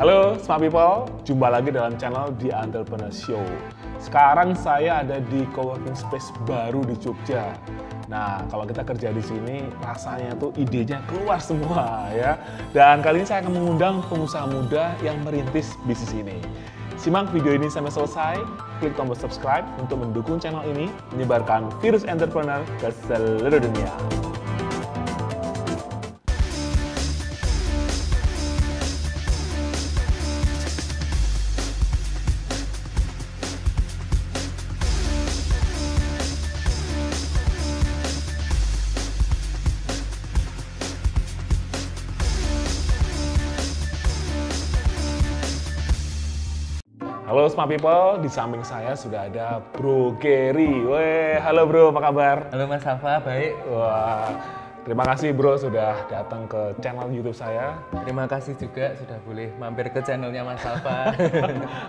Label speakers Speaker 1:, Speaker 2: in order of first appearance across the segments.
Speaker 1: Halo Smart People, jumpa lagi dalam channel The Entrepreneur Show. Sekarang saya ada di coworking space baru di Jogja. Nah, kalau kita kerja di sini, rasanya tuh idenya keluar semua ya. Dan kali ini saya akan mengundang pengusaha muda yang merintis bisnis ini. Simak video ini sampai selesai, klik tombol subscribe untuk mendukung channel ini, menyebarkan virus entrepreneur ke seluruh dunia. Halo Smart People, di samping saya sudah ada Bro Gary. Weh, halo Bro, apa kabar?
Speaker 2: Halo Mas Safa, baik.
Speaker 1: Wah, terima kasih Bro sudah datang ke channel YouTube saya.
Speaker 2: Terima kasih juga sudah boleh mampir ke channelnya Mas Safa.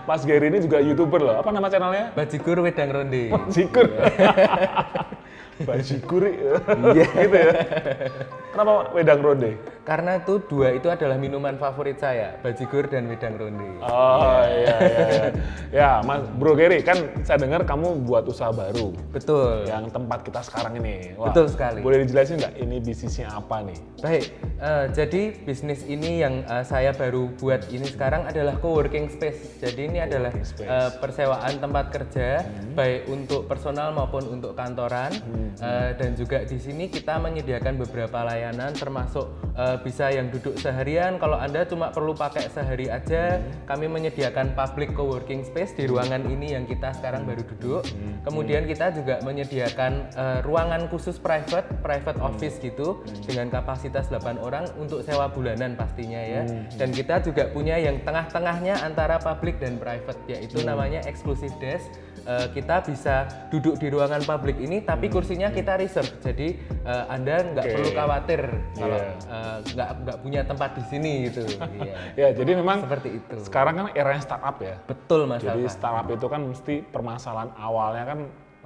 Speaker 1: Mas Gary ini juga YouTuber loh. Apa nama channelnya?
Speaker 2: Bajigur Wedang Ronde.
Speaker 1: Bajikur. Bajikur. Iya. gitu ya. Kenapa Wedang Ronde?
Speaker 2: Karena itu dua itu adalah minuman favorit saya, bajigur dan wedang ronde.
Speaker 1: Oh iya iya iya. Ya, Mas Bro Gary kan saya dengar kamu buat usaha baru
Speaker 2: Betul.
Speaker 1: yang tempat kita sekarang ini.
Speaker 2: Betul sekali.
Speaker 1: Boleh dijelasin nggak ini bisnisnya apa nih?
Speaker 2: Baik, eh, jadi bisnis ini yang eh, saya baru buat ini sekarang adalah co-working space. Jadi ini adalah
Speaker 1: space.
Speaker 2: eh, persewaan tempat kerja, baik untuk personal maupun untuk kantoran. Eh, dan juga di sini kita menyediakan beberapa layanan, termasuk eh, bisa yang duduk seharian. Kalau Anda cuma perlu pakai sehari aja, kami menyediakan public co-working space di ruangan ini yang kita sekarang baru duduk.
Speaker 1: Hmm,
Speaker 2: Kemudian kita juga menyediakan eh, ruangan khusus private, private
Speaker 1: Hmm.
Speaker 2: office gitu dengan kapasitas 8 orang untuk sewa bulanan pastinya ya.
Speaker 1: Hmm,
Speaker 2: Dan kita juga punya yang tengah-tengahnya antara public dan private yaitu
Speaker 1: Hmm.
Speaker 2: namanya exclusive desk. Eh, kita bisa duduk di ruangan public ini tapi kursinya kita reserve. Jadi eh, Anda nggak
Speaker 1: Hmm. Oke.
Speaker 2: perlu khawatir kalau
Speaker 1: Iya.
Speaker 2: eh, nggak nggak punya tempat di sini gitu. Iya.
Speaker 1: Ya, jadi memang
Speaker 2: Seperti itu.
Speaker 1: sekarang kan era startup ya.
Speaker 2: Betul Mas
Speaker 1: Jadi
Speaker 2: Alfa.
Speaker 1: startup itu kan mesti permasalahan awalnya kan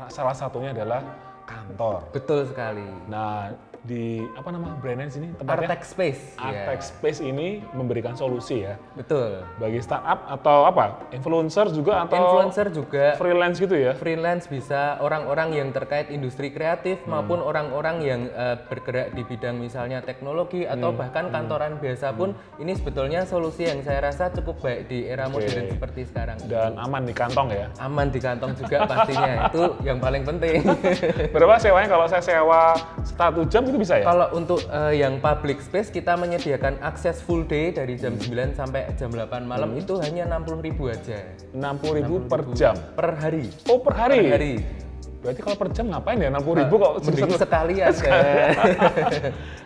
Speaker 1: salah satunya adalah kantor.
Speaker 2: Betul sekali.
Speaker 1: Nah, di apa nama brandnya di sini tempatnya
Speaker 2: Artek Space. Iya.
Speaker 1: Artek Space ini memberikan solusi ya
Speaker 2: Betul.
Speaker 1: bagi startup atau apa? Influencer juga atau
Speaker 2: Influencer juga
Speaker 1: freelance gitu ya.
Speaker 2: freelance bisa orang-orang yang terkait industri kreatif
Speaker 1: Hmm.
Speaker 2: maupun orang-orang yang eh, bergerak di bidang misalnya teknologi atau
Speaker 1: Hmm.
Speaker 2: bahkan kantoran biasa pun ini sebetulnya solusi yang saya rasa cukup baik di era modern seperti sekarang.
Speaker 1: Dan aman di kantong ya.
Speaker 2: Aman di kantong juga pastinya itu yang paling penting.
Speaker 1: Berapa sewanya kalau saya sewa satu jam itu bisa ya?
Speaker 2: Kalau untuk eh, yang public space kita menyediakan akses full day dari
Speaker 1: Hmm.
Speaker 2: jam 9 sampai jam 8 malam itu hanya 60.000 aja
Speaker 1: 60.000 per jam.
Speaker 2: per hari.
Speaker 1: Oh, per hari.
Speaker 2: Per hari. Nah,
Speaker 1: Berarti kalau per jam ngapain ya 60.000 ribu kok
Speaker 2: Mending
Speaker 1: ya.
Speaker 2: sekalian kan.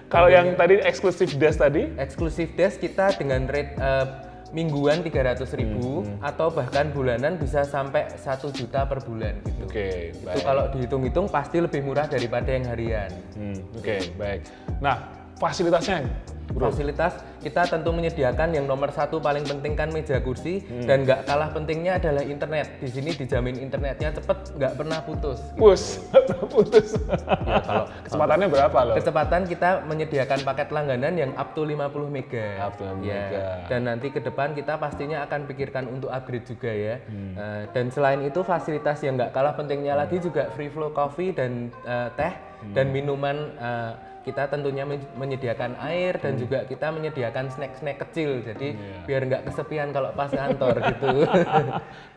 Speaker 1: Kalau yang tadi eksklusif desk tadi
Speaker 2: Eksklusif desk kita dengan rate eh, mingguan 300.000
Speaker 1: Hmm,
Speaker 2: atau bahkan bulanan bisa sampai 1 juta per bulan gitu.
Speaker 1: Oke, baik.
Speaker 2: Itu kalau dihitung-hitung pasti lebih murah daripada yang harian.
Speaker 1: Hmm, Oke, baik. Nah, fasilitasnya, bro.
Speaker 2: Fasilitas kita tentu menyediakan yang nomor satu paling penting kan meja kursi
Speaker 1: Hmm.
Speaker 2: dan nggak kalah pentingnya adalah internet. Di sini dijamin internetnya cepet nggak pernah putus.
Speaker 1: Push, putus.
Speaker 2: Ya, kalau
Speaker 1: Kecepatannya berapa loh?
Speaker 2: kecepatan kita menyediakan paket langganan yang up to 50 mega.
Speaker 1: Up to 50
Speaker 2: Ya,
Speaker 1: mega.
Speaker 2: Dan nanti ke depan kita pastinya akan pikirkan untuk upgrade juga ya.
Speaker 1: Hmm.
Speaker 2: Eh, dan selain itu fasilitas yang nggak kalah pentingnya lagi juga free flow coffee dan eh, teh
Speaker 1: Hmm.
Speaker 2: dan minuman eh, kita tentunya men- menyediakan air dan
Speaker 1: Hmm.
Speaker 2: juga kita menyediakan snack-snack kecil. Jadi
Speaker 1: Iya.
Speaker 2: biar nggak kesepian kalau pas kantor gitu.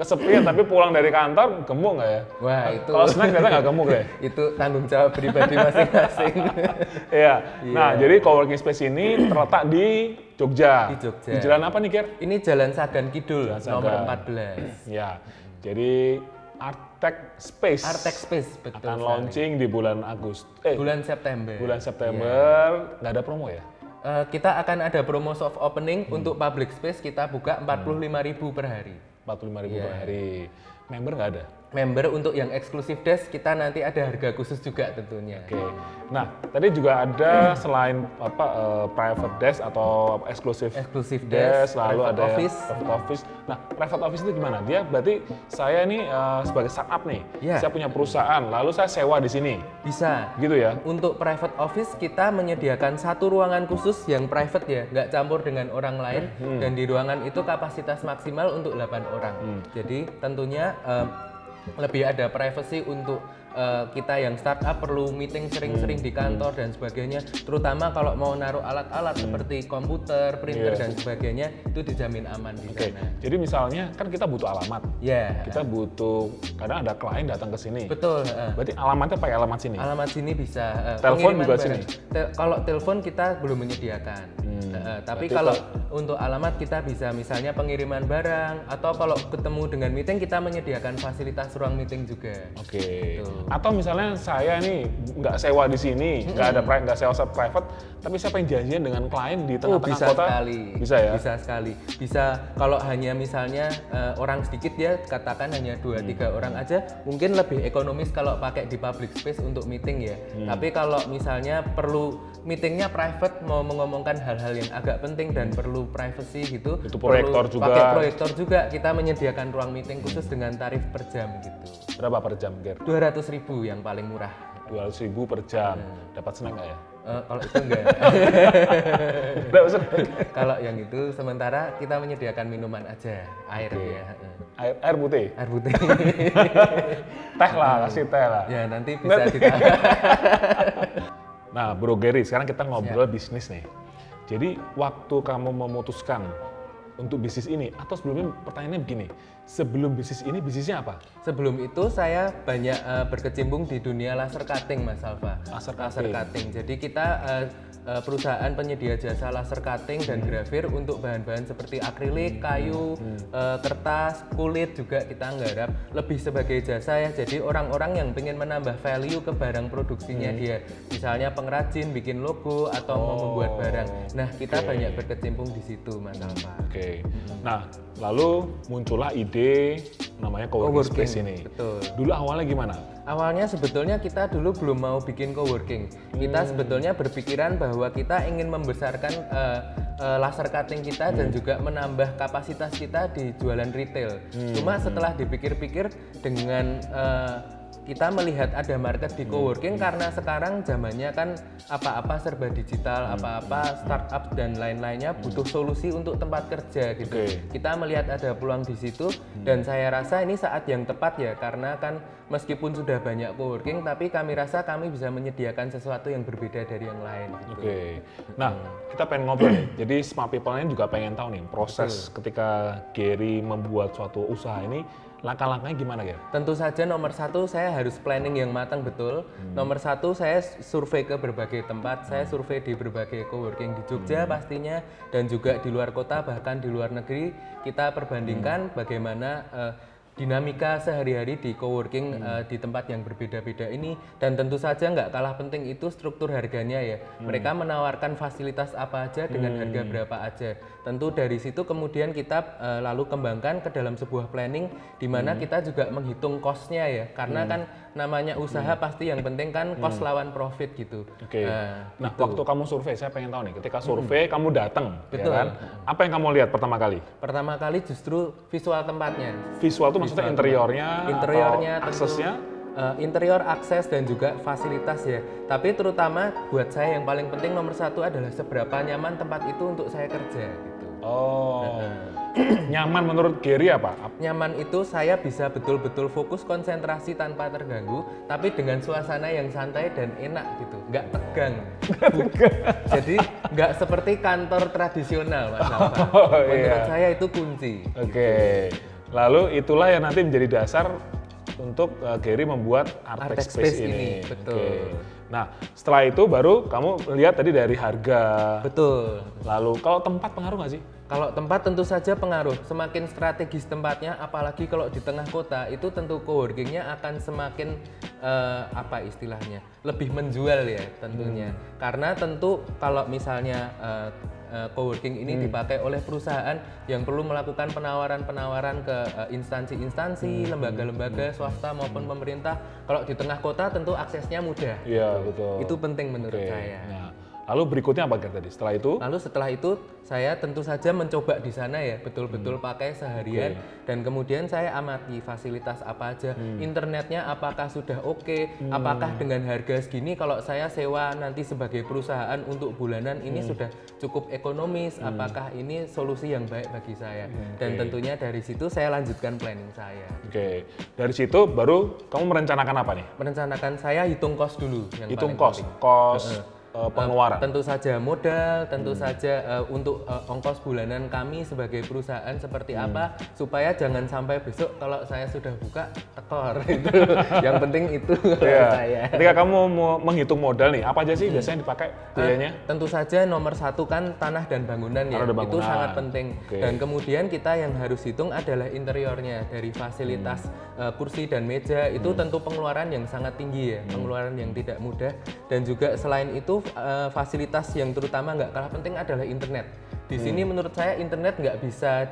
Speaker 1: Kesepian tapi pulang dari kantor gemuk nggak ya?
Speaker 2: Wah, itu
Speaker 1: Kalau snack ternyata nggak gemuk deh.
Speaker 2: itu tanggung jawab pribadi masing-masing.
Speaker 1: Iya. Nah, jadi coworking space ini terletak di Jogja.
Speaker 2: Di Jogja.
Speaker 1: Di jalan apa nih, Ger?
Speaker 2: Ini Jalan Sagan Kidul
Speaker 1: Sagan.
Speaker 2: nomor 14.
Speaker 1: Ya. Jadi Artek Space
Speaker 2: Artek Space betul.
Speaker 1: akan
Speaker 2: sekali.
Speaker 1: launching di bulan Agustus. Eh,
Speaker 2: Bulan Iya. September.
Speaker 1: bulan September. Nggak ada promo ya?
Speaker 2: Eh, kita akan ada promo soft opening
Speaker 1: Hmm.
Speaker 2: untuk public space kita buka 45.000 per hari. Iya.
Speaker 1: 45.000 per hari. Member nggak ada?
Speaker 2: member untuk yang eksklusif desk kita nanti ada harga khusus juga tentunya.
Speaker 1: Oke. Nah, tadi juga ada selain apa eh, private desk atau eksklusif
Speaker 2: Eksklusif
Speaker 1: desk,
Speaker 2: desk,
Speaker 1: lalu
Speaker 2: private
Speaker 1: ada
Speaker 2: office.
Speaker 1: private office. Nah, private office itu gimana? Dia berarti saya ini eh, sebagai startup nih,
Speaker 2: Iya.
Speaker 1: saya punya perusahaan, lalu saya sewa di sini,
Speaker 2: Bisa.
Speaker 1: gitu ya?
Speaker 2: Untuk private office kita menyediakan satu ruangan khusus yang private ya, nggak campur dengan orang lain
Speaker 1: Hmm.
Speaker 2: dan di ruangan itu kapasitas maksimal untuk 8 orang. Jadi tentunya eh, lebih ada privacy untuk eh, kita yang startup perlu
Speaker 1: Hmm.
Speaker 2: meeting sering-sering di kantor dan sebagainya. Terutama kalau mau naruh alat-alat seperti komputer, printer
Speaker 1: Hmm. Iya.
Speaker 2: dan sebagainya itu dijamin aman di
Speaker 1: Oke.
Speaker 2: sana.
Speaker 1: Jadi misalnya kan kita butuh alamat,
Speaker 2: Ya.
Speaker 1: kita butuh kadang ada klien datang ke sini,
Speaker 2: Betul. eh.
Speaker 1: berarti alamatnya pakai alamat sini.
Speaker 2: Alamat sini bisa. eh,
Speaker 1: Telepon
Speaker 2: pengiriman
Speaker 1: juga
Speaker 2: barang.
Speaker 1: sini? Hmm.
Speaker 2: Te- kalau telepon kita belum menyediakan. Eh, tapi
Speaker 1: berarti
Speaker 2: kalau untuk alamat kita bisa misalnya pengiriman barang atau kalau ketemu dengan meeting kita menyediakan fasilitas ruang meeting juga.
Speaker 1: Oke.
Speaker 2: Betul.
Speaker 1: Atau misalnya saya nih nggak sewa di sini, nggak ada pri- nggak sewa se- private, tapi saya pengen janjian dengan klien di
Speaker 2: Oh,
Speaker 1: tengah-tengah
Speaker 2: bisa
Speaker 1: kota.
Speaker 2: sekali.
Speaker 1: Bisa ya.
Speaker 2: Bisa sekali. Bisa kalau hanya misalnya eh, orang sedikit ya katakan hanya 2 tiga orang aja mungkin lebih ekonomis kalau pakai di public space untuk meeting ya. Tapi kalau misalnya perlu meetingnya private mau mengomongkan hal-hal yang agak penting dan perlu privacy gitu.
Speaker 1: Butuh
Speaker 2: perlu
Speaker 1: proyektor juga.
Speaker 2: Pakai proyektor juga kita menyediakan ruang meeting khusus dengan tarif per jam gitu.
Speaker 1: Berapa per jam, Ger?
Speaker 2: 200.000 yang paling murah.
Speaker 1: 200 ribu per jam.
Speaker 2: Iya.
Speaker 1: Dapat snack nggak ya?
Speaker 2: Eh, kalau itu enggak.
Speaker 1: Nggak usah.
Speaker 2: Kalau yang itu sementara kita menyediakan minuman aja, air ya. eh,
Speaker 1: Air, air putih.
Speaker 2: Air putih.
Speaker 1: Teh lah, kasih teh lah.
Speaker 2: ya nanti bisa ditambah.
Speaker 1: Nah, Bro Gary, sekarang kita ngobrol
Speaker 2: Iya.
Speaker 1: bisnis nih. Jadi, waktu kamu memutuskan untuk bisnis ini, atau sebelumnya pertanyaannya begini, sebelum bisnis ini, bisnisnya apa?
Speaker 2: Sebelum itu saya banyak eh, berkecimpung di dunia laser cutting Mas Alfa.
Speaker 1: Laser cutting.
Speaker 2: cutting. Jadi kita eh, eh, perusahaan penyedia jasa laser cutting dan grafir untuk bahan-bahan seperti akrilik, kayu, eh, kertas, kulit juga kita nggarap lebih sebagai jasa ya. Jadi orang-orang yang pengen menambah value ke barang produksinya dia. Misalnya pengrajin bikin logo atau mau membuat barang. Nah, kita banyak berkecimpung di situ Mas Alfa.
Speaker 1: Oke.
Speaker 2: Hmm.
Speaker 1: Nah, lalu muncullah ide namanya coworking
Speaker 2: Coworking,
Speaker 1: space ini.
Speaker 2: betul.
Speaker 1: Dulu awalnya gimana?
Speaker 2: Awalnya sebetulnya kita dulu belum mau bikin coworking. Kita sebetulnya berpikiran bahwa kita ingin membesarkan eh, eh, laser cutting kita dan juga menambah kapasitas kita di jualan retail. Cuma setelah dipikir-pikir dengan eh, kita melihat ada market di coworking karena sekarang zamannya kan apa-apa serba digital, apa-apa startup dan lain-lainnya butuh solusi untuk tempat kerja gitu
Speaker 1: Oke.
Speaker 2: kita melihat ada peluang di situ dan saya rasa ini saat yang tepat ya karena kan meskipun sudah banyak coworking tapi kami rasa kami bisa menyediakan sesuatu yang berbeda dari yang lain gitu.
Speaker 1: Oke. Nah, kita pengen ngobrol nih. Jadi Smart People ini juga pengen tahu nih proses ketika Gary membuat suatu usaha ini langkah-langkahnya gimana, Gary?
Speaker 2: Tentu saja nomor satu saya harus planning yang matang betul. Nomor satu saya survei ke berbagai tempat. Saya survei di berbagai coworking di Jogja pastinya dan juga di luar kota bahkan di luar negeri kita perbandingkan bagaimana eh, dinamika sehari-hari di coworking eh, di tempat yang berbeda-beda ini dan tentu saja nggak kalah penting itu struktur harganya ya. Mereka menawarkan fasilitas apa aja dengan harga berapa aja. Tentu dari situ kemudian kita eh, lalu kembangkan ke dalam sebuah planning di mana kita juga menghitung cost-nya ya. Karena kan namanya usaha pasti yang penting kan cost lawan profit gitu.
Speaker 1: Oke.
Speaker 2: Eh, Hmm.
Speaker 1: nah, waktu kamu survei, saya pengen tahu nih. Ketika survei, kamu datang, ya
Speaker 2: Betul.
Speaker 1: kan? Apa yang kamu lihat pertama kali?
Speaker 2: pertama kali justru visual tempatnya.
Speaker 1: Visual tuh maksudnya interiornya,
Speaker 2: interiornya
Speaker 1: atau
Speaker 2: tentu,
Speaker 1: aksesnya?
Speaker 2: eh, interior akses dan juga fasilitas ya tapi terutama buat saya yang paling penting nomor satu adalah seberapa nyaman tempat itu untuk saya kerja gitu
Speaker 1: Oh. Nyaman menurut Gary apa?
Speaker 2: nyaman itu saya bisa betul-betul fokus konsentrasi tanpa terganggu tapi dengan suasana yang santai dan enak gitu nggak tegang jadi nggak seperti kantor tradisional mas Alfa
Speaker 1: Oh,
Speaker 2: menurut
Speaker 1: iya.
Speaker 2: saya itu kunci
Speaker 1: Oke, lalu itulah yang nanti menjadi dasar untuk uh, Gary membuat Artex
Speaker 2: Artex
Speaker 1: Space,
Speaker 2: Space
Speaker 1: ini.
Speaker 2: ini,
Speaker 1: Oke.
Speaker 2: betul.
Speaker 1: Nah, setelah itu baru kamu lihat tadi dari harga,
Speaker 2: betul
Speaker 1: lalu kalau tempat pengaruh nggak sih?
Speaker 2: Kalau tempat tentu saja pengaruh. Semakin strategis tempatnya, apalagi kalau di tengah kota, itu tentu coworkingnya akan semakin eh, apa istilahnya, lebih menjual ya tentunya. Karena tentu kalau misalnya eh, eh, coworking ini dipakai oleh perusahaan yang perlu melakukan penawaran-penawaran ke eh, instansi-instansi, lembaga-lembaga swasta maupun pemerintah. Kalau di tengah kota tentu aksesnya mudah.
Speaker 1: Iya betul.
Speaker 2: Itu penting menurut
Speaker 1: Oke.
Speaker 2: saya.
Speaker 1: Nah, lalu berikutnya apa Ger, tadi? Setelah itu,
Speaker 2: Lalu setelah itu saya tentu saja mencoba di sana ya, betul-betul pakai seharian dan kemudian saya amati fasilitas apa aja, internetnya apakah sudah oke, apakah dengan harga segini kalau saya sewa nanti sebagai perusahaan untuk bulanan ini sudah cukup ekonomis, apakah ini solusi yang baik bagi saya. Dan tentunya dari situ saya lanjutkan planning saya.
Speaker 1: oke. Dari situ baru kamu merencanakan apa nih?
Speaker 2: Merencanakan saya hitung kos dulu yang
Speaker 1: Hitung
Speaker 2: paling
Speaker 1: kos,
Speaker 2: penting.
Speaker 1: kos eh, pengeluaran.
Speaker 2: Tentu saja modal, tentu saja eh, untuk eh, ongkos bulanan kami sebagai perusahaan seperti apa supaya jangan sampai besok kalau saya sudah buka tekor itu. Yang penting itu kalau
Speaker 1: Iya.
Speaker 2: saya.
Speaker 1: Ketika kamu mau menghitung modal nih, apa aja
Speaker 2: Iya.
Speaker 1: sih biasanya dipakai biayanya?
Speaker 2: Tentu saja nomor satu kan tanah dan bangunan
Speaker 1: Tanah
Speaker 2: ya,
Speaker 1: dan
Speaker 2: itu
Speaker 1: bangunan.
Speaker 2: sangat penting.
Speaker 1: Oke.
Speaker 2: Dan kemudian kita yang harus hitung adalah interiornya dari fasilitas
Speaker 1: Hmm.
Speaker 2: eh, kursi dan meja itu tentu pengeluaran yang sangat tinggi ya,
Speaker 1: Hmm.
Speaker 2: pengeluaran yang tidak mudah. Dan juga selain itu eh, fasilitas yang terutama nggak kalah penting adalah internet. Di
Speaker 1: Hmm.
Speaker 2: sini menurut saya internet nggak bisa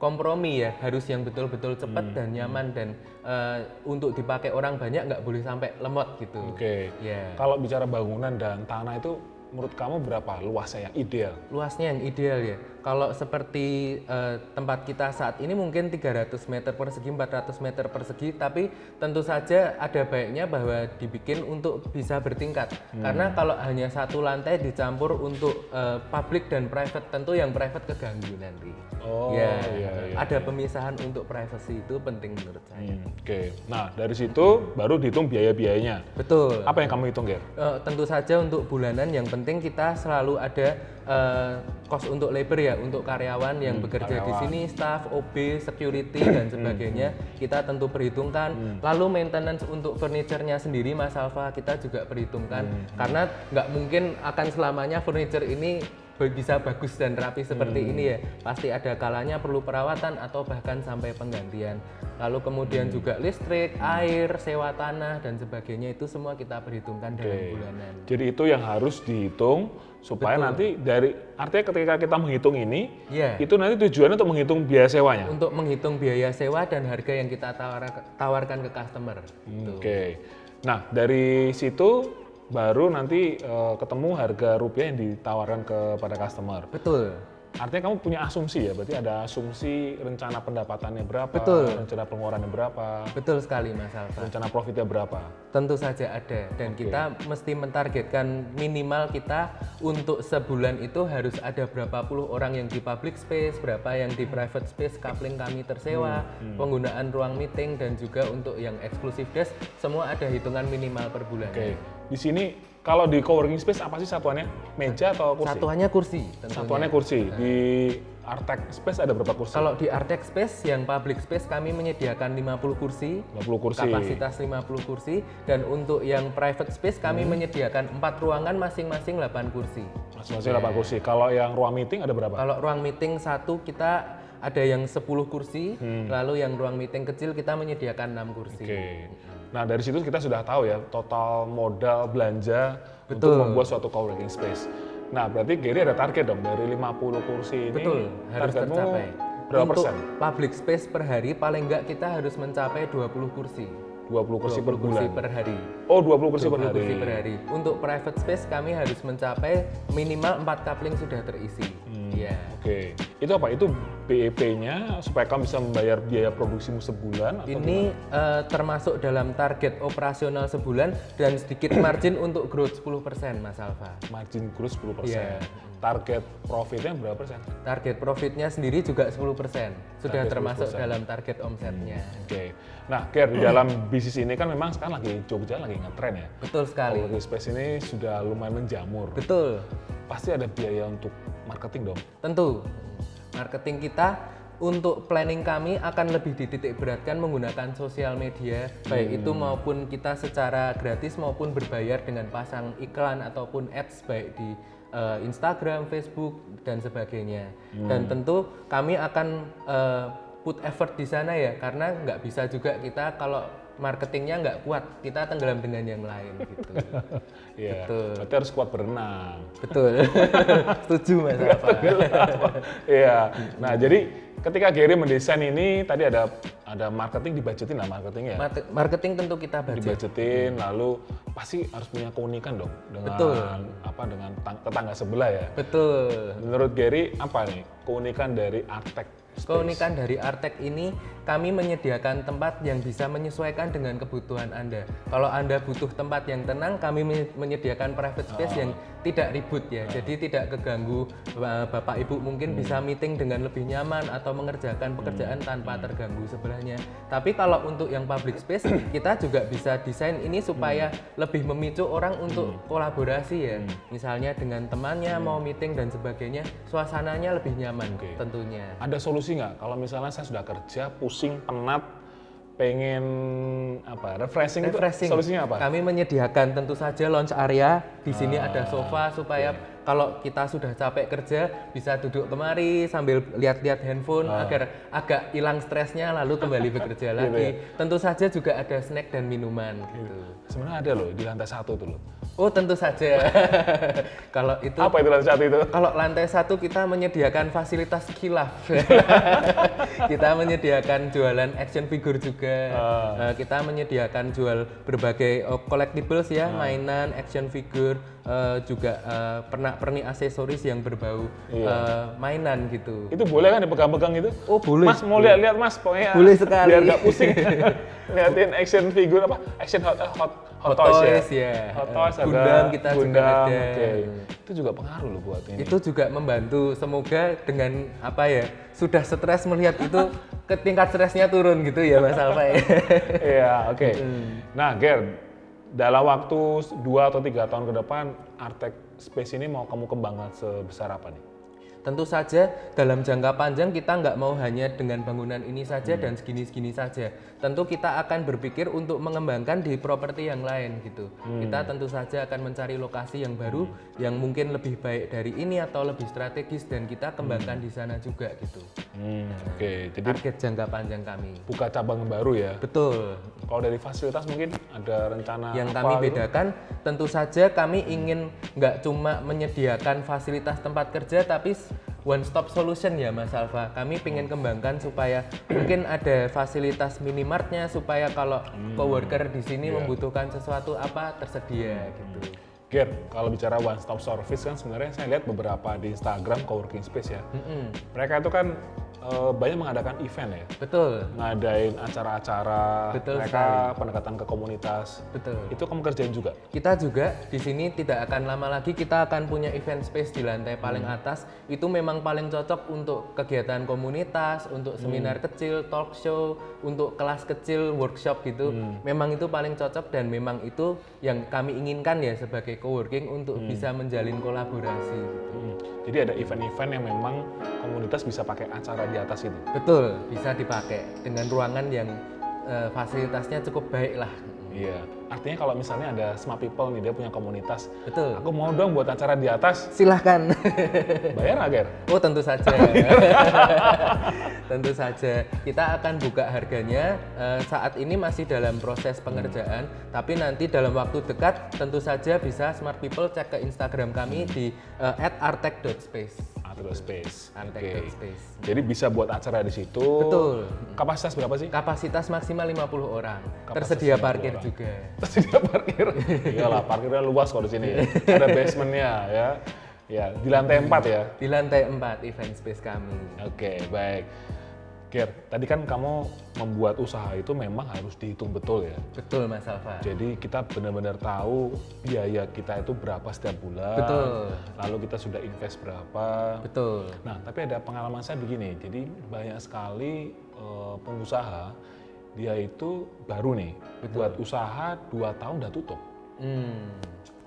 Speaker 2: dikompromi ya, harus yang betul-betul cepat
Speaker 1: Hmm.
Speaker 2: dan nyaman dan eh, untuk dipakai orang banyak nggak boleh sampai lemot gitu.
Speaker 1: Oke.
Speaker 2: Ya.
Speaker 1: Kalau bicara bangunan dan tanah itu, menurut kamu berapa luasnya yang ideal?
Speaker 2: luasnya yang ideal ya. Kalau seperti eh, tempat kita saat ini mungkin 300 meter persegi, 400 meter persegi, tapi tentu saja ada baiknya bahwa dibikin untuk bisa bertingkat.
Speaker 1: Hmm.
Speaker 2: Karena kalau hanya satu lantai dicampur untuk eh, public dan private, tentu yang private keganggu nanti.
Speaker 1: Oh,
Speaker 2: ya,
Speaker 1: iya, iya,
Speaker 2: ada pemisahan untuk privacy itu penting menurut saya.
Speaker 1: Hmm, Oke. Nah dari situ baru dihitung biaya-biayanya.
Speaker 2: Betul.
Speaker 1: Apa yang kamu hitung, Ger?
Speaker 2: Eh, tentu saja untuk bulanan yang penting kita selalu ada eh, kos untuk labor ya untuk karyawan yang bekerja di sini staff OB security dan sebagainya kita tentu perhitungkan lalu maintenance untuk furniturnya sendiri Mas Alfa kita juga perhitungkan karena nggak mungkin akan selamanya furniture ini be- bisa bagus dan rapi seperti ini ya pasti ada kalanya perlu perawatan atau bahkan sampai penggantian lalu kemudian juga listrik air sewa tanah dan sebagainya itu semua kita perhitungkan dalam bulanan
Speaker 1: Jadi itu yang harus dihitung supaya nanti dari artinya ketika kita menghitung ini,
Speaker 2: Iya.
Speaker 1: itu nanti tujuannya untuk menghitung biaya sewanya.
Speaker 2: untuk menghitung biaya sewa dan harga yang kita tawar- tawarkan ke customer
Speaker 1: Oke. Nah, dari situ baru nanti eh, ketemu harga rupiah yang ditawarkan kepada customer.
Speaker 2: betul
Speaker 1: Artinya kamu punya asumsi ya, berarti ada asumsi rencana pendapatannya berapa,
Speaker 2: Betul.
Speaker 1: rencana pengeluarannya berapa,
Speaker 2: betul sekali Mas Alfa
Speaker 1: rencana profitnya berapa.
Speaker 2: Tentu saja ada dan kita mesti mentargetkan minimal kita untuk sebulan itu harus ada berapa puluh orang yang di public space, berapa yang di private space, coupling kami tersewa, penggunaan ruang meeting dan juga untuk yang eksklusif desk semua ada hitungan minimal per bulan.
Speaker 1: Oke. Di sini kalau di coworking space apa sih satuannya? Meja atau kursi?
Speaker 2: Satuannya kursi tentunya.
Speaker 1: Satuannya kursi. Di Artek Space ada berapa kursi?
Speaker 2: Kalau di Artek Space yang public space kami menyediakan 50 kursi
Speaker 1: 50 kursi.
Speaker 2: kapasitas 50 kursi dan untuk yang private space kami
Speaker 1: Hmm.
Speaker 2: menyediakan empat ruangan masing-masing 8 kursi.
Speaker 1: Masing-masing 8 kursi. Kalau yang ruang meeting ada berapa?
Speaker 2: Kalau ruang meeting satu kita ada yang 10 kursi,
Speaker 1: Hmm.
Speaker 2: lalu yang ruang meeting kecil kita menyediakan 6 kursi.
Speaker 1: Oke. Nah dari situ kita sudah tahu ya total modal belanja untuk membuat suatu coworking space. Nah berarti Gary ada target dong dari 50 kursi ini.
Speaker 2: Betul, harus
Speaker 1: targetmu
Speaker 2: tercapai.
Speaker 1: Berapa
Speaker 2: Untuk
Speaker 1: persen?
Speaker 2: public space per hari paling nggak kita harus mencapai 20 kursi.
Speaker 1: 20 kursi per
Speaker 2: 20
Speaker 1: bulan.
Speaker 2: kursi per hari.
Speaker 1: Oh 20 kursi per
Speaker 2: 20
Speaker 1: hari.
Speaker 2: kursi per hari. Untuk private space kami harus mencapai minimal 4 coupling sudah terisi.
Speaker 1: Hmm.
Speaker 2: Iya.
Speaker 1: Oke. Itu apa? Itu BEP-nya supaya kamu bisa membayar biaya produksimu sebulan atau
Speaker 2: Ini eh, termasuk dalam target operasional sebulan dan sedikit margin untuk growth 10% Mas Alfa.
Speaker 1: margin growth 10%.
Speaker 2: Iya.
Speaker 1: Target profitnya berapa persen?
Speaker 2: Target profitnya sendiri juga 10%. Sudah termasuk dalam target omsetnya.
Speaker 1: Oke. Nah, Ger, di dalam bisnis ini kan memang sekarang lagi Jogja lagi ngetren ya.
Speaker 2: Betul sekali.
Speaker 1: Coworking space ini sudah lumayan menjamur.
Speaker 2: Betul.
Speaker 1: Pasti ada biaya untuk marketing dong.
Speaker 2: Tentu. Marketing kita untuk planning kami akan lebih dititik beratkan menggunakan sosial media baik itu maupun kita secara gratis maupun berbayar dengan pasang iklan ataupun ads baik di eh, Instagram, Facebook dan sebagainya. Dan tentu kami akan eh, put effort di sana ya karena nggak bisa juga kita kalau marketingnya nggak kuat kita tenggelam dengan yang lain gitu.
Speaker 1: Iya.
Speaker 2: Betul.
Speaker 1: Berarti harus kuat berenang.
Speaker 2: Betul. Setuju Mas Rafa.
Speaker 1: Iya. Nah, jadi ketika Gary mendesain ini tadi ada ada marketing dibajetin lah marketing ya.
Speaker 2: Mate- Marketing tentu kita budget.
Speaker 1: Dibajetin lalu pasti harus punya keunikan dong dengan
Speaker 2: Betul.
Speaker 1: apa dengan tang- tetangga sebelah ya.
Speaker 2: Betul.
Speaker 1: Menurut Gary apa nih keunikan dari Artek?
Speaker 2: Keunikan dari Artek ini, kami menyediakan tempat yang bisa menyesuaikan dengan kebutuhan Anda. Kalau Anda butuh tempat yang tenang, kami men- menyediakan private space yang tidak ribut ya. Jadi tidak keganggu eh, Bapak Ibu mungkin bisa meeting dengan lebih nyaman atau mengerjakan pekerjaan tanpa terganggu sebelahnya. Tapi kalau untuk yang public space, kita juga bisa desain ini supaya lebih memicu orang untuk kolaborasi ya. Misalnya dengan temannya mau meeting dan sebagainya, suasananya lebih nyaman tentunya.
Speaker 1: Ada solusi nggak? Kalau misalnya saya sudah kerja, pusing, penat, pengen apa refreshing, itu
Speaker 2: refreshing.
Speaker 1: solusinya apa? Ah,
Speaker 2: Kami menyediakan tentu saja lounge area. Di sini ada sofa supaya kalau kita sudah capek kerja bisa duduk kemari sambil lihat-lihat handphone
Speaker 1: Ah.
Speaker 2: agar agak hilang stresnya lalu kembali
Speaker 1: Iya,
Speaker 2: bekerja lagi. Tentu saja juga ada snack dan minuman gitu.
Speaker 1: Sebenarnya ada loh di lantai satu tuh loh.
Speaker 2: Oh, tentu saja. kalau itu
Speaker 1: Apa itu lantai satu itu?
Speaker 2: kalau lantai satu kita menyediakan fasilitas kilaf, kita menyediakan jualan action figure juga,
Speaker 1: Ah.
Speaker 2: Eh, kita menyediakan jual berbagai eh, collectibles
Speaker 1: Ah.
Speaker 2: ya, mainan, action figure, eh, juga eh, pernak-pernik aksesoris yang berbau
Speaker 1: Iya.
Speaker 2: eh, mainan gitu.
Speaker 1: Itu boleh kan dipegang-pegang itu?
Speaker 2: Oh boleh,
Speaker 1: Mas mau lihat-lihat mas, pokoknya
Speaker 2: Boleh sekali.
Speaker 1: biar nggak pusing. Lihatin action figure apa? Action hot eh, hot hot,
Speaker 2: Hot toys, ya.
Speaker 1: Hot
Speaker 2: Eh,
Speaker 1: toys ada.
Speaker 2: Gundam kita juga ya.
Speaker 1: Gundam,
Speaker 2: ada.
Speaker 1: oke. Itu juga pengaruh loh buat ini.
Speaker 2: itu juga membantu. Semoga dengan apa ya sudah stres melihat itu, ke tingkat stresnya turun gitu ya Mas Alfa. ya.
Speaker 1: Iya, oke.
Speaker 2: Hmm.
Speaker 1: Nah, Ger, dalam waktu 2 atau tiga tahun ke depan, Artek Space ini mau kamu kembangkan sebesar apa nih?
Speaker 2: Tentu saja dalam jangka panjang kita nggak mau hanya dengan bangunan ini saja dan segini-segini saja. Tentu kita akan berpikir untuk mengembangkan di properti yang lain gitu. Kita tentu saja akan mencari lokasi yang baru yang mungkin lebih baik dari ini atau lebih strategis dan kita kembangkan di sana juga gitu.
Speaker 1: oke. Jadi
Speaker 2: Target jangka panjang kami.
Speaker 1: buka cabang baru ya.
Speaker 2: Betul.
Speaker 1: Kalau dari fasilitas mungkin ada rencana
Speaker 2: yang
Speaker 1: apa
Speaker 2: kami
Speaker 1: gitu?
Speaker 2: bedakan tentu saja kami ingin nggak cuma menyediakan fasilitas tempat kerja tapi s- one stop solution ya Mas Alfa. Kami ingin kembangkan supaya mungkin ada fasilitas minimartnya supaya kalau coworker di sini membutuhkan sesuatu apa tersedia gitu.
Speaker 1: Ger, kalau bicara one stop service kan sebenarnya saya lihat beberapa di Instagram coworking space ya. Mereka itu kan eh, banyak mengadakan event ya,
Speaker 2: Betul,
Speaker 1: ngadain acara-acara,
Speaker 2: Betul
Speaker 1: mereka pendekatan ke komunitas.
Speaker 2: betul.
Speaker 1: Itu kamu kerjain juga.
Speaker 2: Kita juga di sini tidak akan lama lagi kita akan punya event space di lantai paling atas. Itu memang paling cocok untuk kegiatan komunitas, untuk seminar kecil, talk show, untuk kelas kecil, workshop gitu. Memang itu paling cocok dan memang itu yang kami inginkan ya sebagai coworking untuk bisa menjalin kolaborasi. gitu.
Speaker 1: Hmm. Jadi ada event-event yang memang komunitas bisa pakai acara di atas itu.
Speaker 2: Betul, bisa dipakai dengan ruangan yang eh, fasilitasnya cukup baik lah.
Speaker 1: Iya. Artinya kalau misalnya ada smart people nih dia punya komunitas,
Speaker 2: Betul.
Speaker 1: aku mau dong buat acara di atas,
Speaker 2: Silahkan.
Speaker 1: bayar nggak, Ger?
Speaker 2: Oh tentu saja. tentu saja. Kita akan buka harganya. eh, saat ini masih dalam proses pengerjaan, tapi nanti dalam waktu dekat tentu saja bisa smart people cek ke Instagram
Speaker 1: Hmm.
Speaker 2: kami di eh, @artek.space.
Speaker 1: Outdoor Nah, space. Oke.
Speaker 2: Artek.space.
Speaker 1: Jadi bisa buat acara di situ.
Speaker 2: Betul.
Speaker 1: Kapasitas berapa sih?
Speaker 2: Kapasitas maksimal 50 orang.
Speaker 1: Kapasitas
Speaker 2: Tersedia
Speaker 1: 50
Speaker 2: parkir
Speaker 1: orang.
Speaker 2: juga.
Speaker 1: tersedia parkir. Iyalah, parkirnya luas kalau di sini. ya. Ada basementnya ya. Ya, di lantai 4 ya.
Speaker 2: Di lantai 4 event space kami.
Speaker 1: Oke, baik. Ger, tadi kan kamu membuat usaha itu memang harus dihitung betul ya.
Speaker 2: Betul Mas Alfa.
Speaker 1: Jadi kita benar-benar tahu biaya kita itu berapa setiap bulan.
Speaker 2: Betul.
Speaker 1: Lalu kita sudah invest berapa.
Speaker 2: Betul.
Speaker 1: Nah, tapi ada pengalaman saya begini. Jadi banyak sekali eh, pengusaha dia itu baru nih buat usaha dua tahun udah tutup.
Speaker 2: Hmm.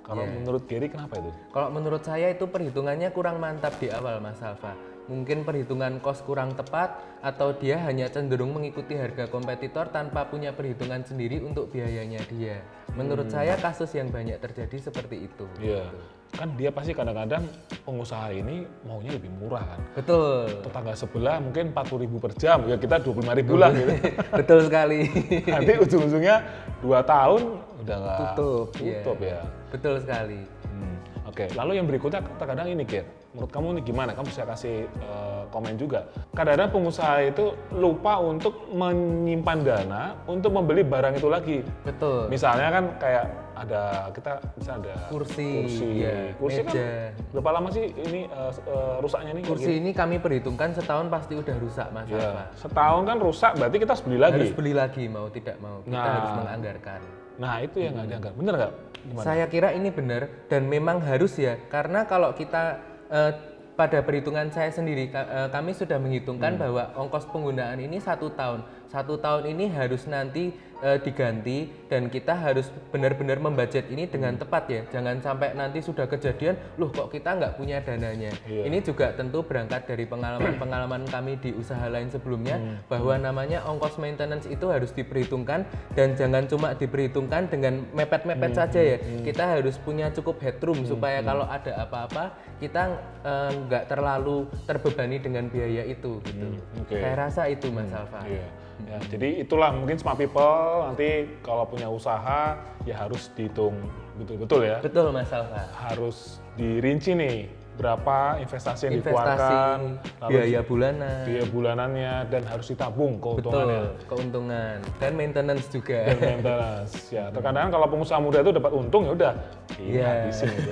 Speaker 1: Kalau menurut Gary kenapa itu?
Speaker 2: Kalau menurut saya itu perhitungannya kurang mantap di awal Mas Alfa. Mungkin perhitungan kos kurang tepat atau dia hanya cenderung mengikuti harga kompetitor tanpa punya perhitungan sendiri untuk biayanya dia. Menurut
Speaker 1: Hmm.
Speaker 2: saya kasus yang banyak terjadi seperti itu.
Speaker 1: Iya. Kan dia pasti kadang-kadang pengusaha ini maunya lebih murah kan.
Speaker 2: Betul.
Speaker 1: Tetangga sebelah mungkin 40.000 per jam, ya kita 25.000
Speaker 2: Iya.
Speaker 1: lah gitu.
Speaker 2: Betul sekali.
Speaker 1: Nanti ujung-ujungnya 2 tahun udah nggak
Speaker 2: Tutup, iya.
Speaker 1: tutup ya.
Speaker 2: Betul sekali.
Speaker 1: Hmm, Oke, lalu yang berikutnya terkadang ini Gir, menurut kamu ini gimana? Kamu bisa kasih eh, komen juga. Kadang-kadang pengusaha itu lupa untuk menyimpan dana untuk membeli barang itu lagi.
Speaker 2: Betul.
Speaker 1: Misalnya kan kayak ada kita bisa ada
Speaker 2: Kursi,
Speaker 1: kursi,
Speaker 2: iya,
Speaker 1: kursi kan
Speaker 2: meja.
Speaker 1: berapa lama sih ini eh, eh, rusaknya nih?
Speaker 2: Kursi ini kami perhitungkan setahun pasti udah rusak Mas
Speaker 1: Ya,
Speaker 2: Alfa.
Speaker 1: setahun kan rusak, berarti kita harus beli lagi.
Speaker 2: Harus beli lagi mau tidak mau. Kita
Speaker 1: Nah.
Speaker 2: harus menganggarkan.
Speaker 1: Nah itu yang nggak dianggap, bener nggak? Gimana?
Speaker 2: Saya kira ini benar dan memang harus ya karena kalau kita eh, pada perhitungan saya sendiri ka- eh, kami sudah menghitungkan bahwa ongkos penggunaan ini satu tahun satu tahun ini harus nanti eh, diganti dan kita harus benar-benar membudget ini dengan tepat ya jangan sampai nanti sudah kejadian loh kok kita nggak punya dananya
Speaker 1: Iya.
Speaker 2: ini juga tentu berangkat dari pengalaman-pengalaman kami di usaha lain sebelumnya
Speaker 1: Hmm.
Speaker 2: bahwa namanya ongkos maintenance itu harus diperhitungkan dan jangan cuma diperhitungkan dengan mepet-mepet
Speaker 1: Hmm.
Speaker 2: saja ya. Kita harus punya cukup headroom supaya kalau ada apa-apa kita eh, nggak terlalu terbebani dengan biaya itu gitu.
Speaker 1: Hmm. oke.
Speaker 2: Saya rasa itu Mas Alfa.
Speaker 1: Iya. Ya, jadi itulah mungkin smart people nanti kalau punya usaha ya harus dihitung betul-betul ya.
Speaker 2: Betul Mas Alfa.
Speaker 1: Harus dirinci nih berapa investasi yang
Speaker 2: Investasi,
Speaker 1: dikeluarkan, lalu
Speaker 2: biaya bulanan,
Speaker 1: biaya bulanannya dan harus ditabung
Speaker 2: betul,
Speaker 1: keuntungannya.
Speaker 2: keuntungan dan maintenance juga.
Speaker 1: Dan maintenance. Ya, terkadang kalau pengusaha muda itu dapat untung ya udah
Speaker 2: Iya.
Speaker 1: dihabisin gitu.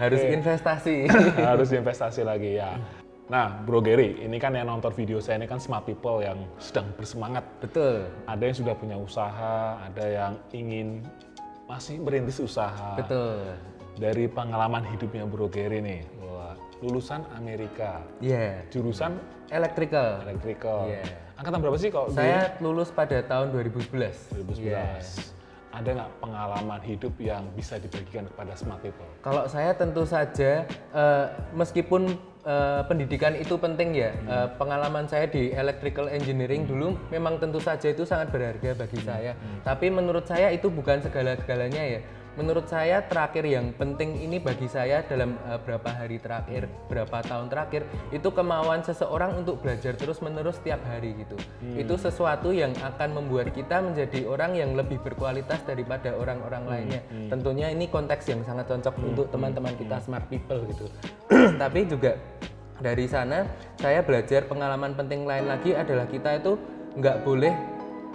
Speaker 2: harus investasi.
Speaker 1: harus investasi lagi ya. Nah, Bro Gary, ini kan yang nonton video saya ini kan smart people yang sedang bersemangat
Speaker 2: Betul.
Speaker 1: ada yang sudah punya usaha, ada yang ingin masih merintis usaha.
Speaker 2: Betul.
Speaker 1: Dari pengalaman hidupnya Bro Gary nih, wah, lulusan Amerika,
Speaker 2: Iya.
Speaker 1: jurusan
Speaker 2: Electrical.
Speaker 1: electrical.
Speaker 2: Iya.
Speaker 1: Angkatan berapa sih kalau
Speaker 2: Saya lulus pada tahun 2011.
Speaker 1: dulu? 2011?
Speaker 2: Iya.
Speaker 1: Ada nggak pengalaman hidup yang bisa dibagikan kepada smart people?
Speaker 2: Kalau saya tentu saja eh, meskipun eh, pendidikan itu penting ya. eh, pengalaman saya di electrical engineering dulu memang tentu saja itu sangat berharga bagi saya. Tapi menurut saya itu bukan segala-galanya ya. Menurut saya terakhir yang penting ini bagi saya dalam eh, berapa hari terakhir, berapa tahun terakhir itu kemauan seseorang untuk belajar terus-menerus setiap hari gitu. Itu sesuatu yang akan membuat kita menjadi orang yang lebih berkualitas daripada orang-orang lainnya. Tentunya ini konteks yang sangat cocok untuk teman-teman kita smart people gitu. Tapi juga dari sana saya belajar pengalaman penting lain lagi adalah kita itu nggak boleh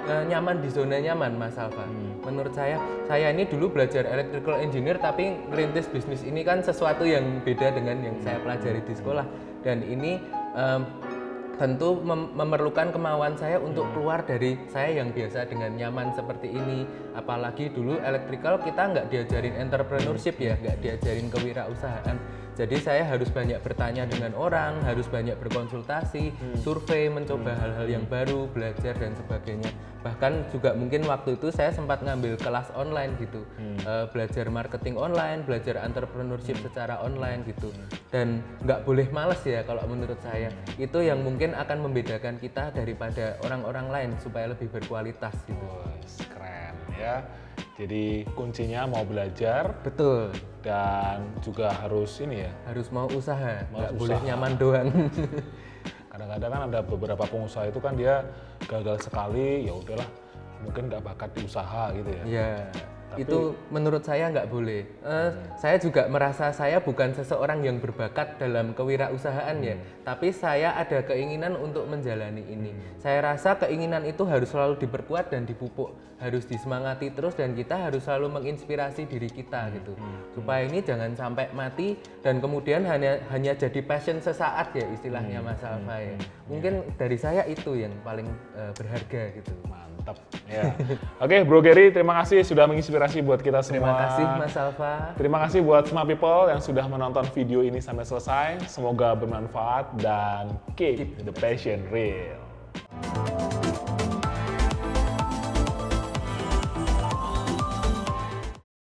Speaker 2: Eh, nyaman di zona nyaman Mas Alfa. Menurut saya, saya ini dulu belajar electrical engineer tapi ngerintis bisnis ini kan sesuatu yang beda dengan yang saya pelajari di sekolah dan ini e, em, tentu mem- memerlukan kemauan saya untuk keluar dari saya yang biasa dengan nyaman seperti ini. Apalagi dulu electrical kita nggak diajarin entrepreneurship ya, nggak diajarin kewirausahaan. Jadi saya harus banyak bertanya dengan orang, harus banyak berkonsultasi, survei, mencoba hal-hal yang baru, belajar dan sebagainya. Bahkan juga mungkin waktu itu saya sempat ngambil kelas online gitu,
Speaker 1: Hmm.
Speaker 2: Eh, belajar marketing online, belajar entrepreneurship secara online gitu.
Speaker 1: Hmm.
Speaker 2: Dan nggak boleh males ya kalau menurut saya. Itu yang mungkin akan membedakan kita daripada orang-orang lain supaya lebih berkualitas gitu.
Speaker 1: Wah, keren ya. Jadi kuncinya mau belajar
Speaker 2: Betul.
Speaker 1: dan juga harus ini ya,
Speaker 2: Harus mau usaha,
Speaker 1: Mau
Speaker 2: nggak boleh
Speaker 1: usaha.
Speaker 2: nyaman doang.
Speaker 1: kadang-kadang kan ada beberapa pengusaha itu kan dia gagal sekali ya udahlah mungkin nggak bakat di usaha gitu ya
Speaker 2: Ya, itu menurut saya nggak boleh. Eh, Saya juga merasa saya bukan seseorang yang berbakat dalam kewirausahaan ya, tapi saya ada keinginan untuk menjalani ini. Saya rasa keinginan itu harus selalu diperkuat dan dipupuk, harus disemangati terus dan kita harus selalu menginspirasi diri kita gitu, supaya ini jangan sampai mati dan kemudian hanya hanya jadi passion sesaat ya istilahnya Mas Alfa ya. Mungkin dari saya itu yang paling eh, berharga gitu.
Speaker 1: mantap ya oke Bro Gary terima kasih sudah menginspirasi buat kita semua
Speaker 2: Terima kasih Mas Alfa.
Speaker 1: Terima kasih buat semua people yang sudah menonton video ini sampai selesai. Semoga bermanfaat dan keep the passion real.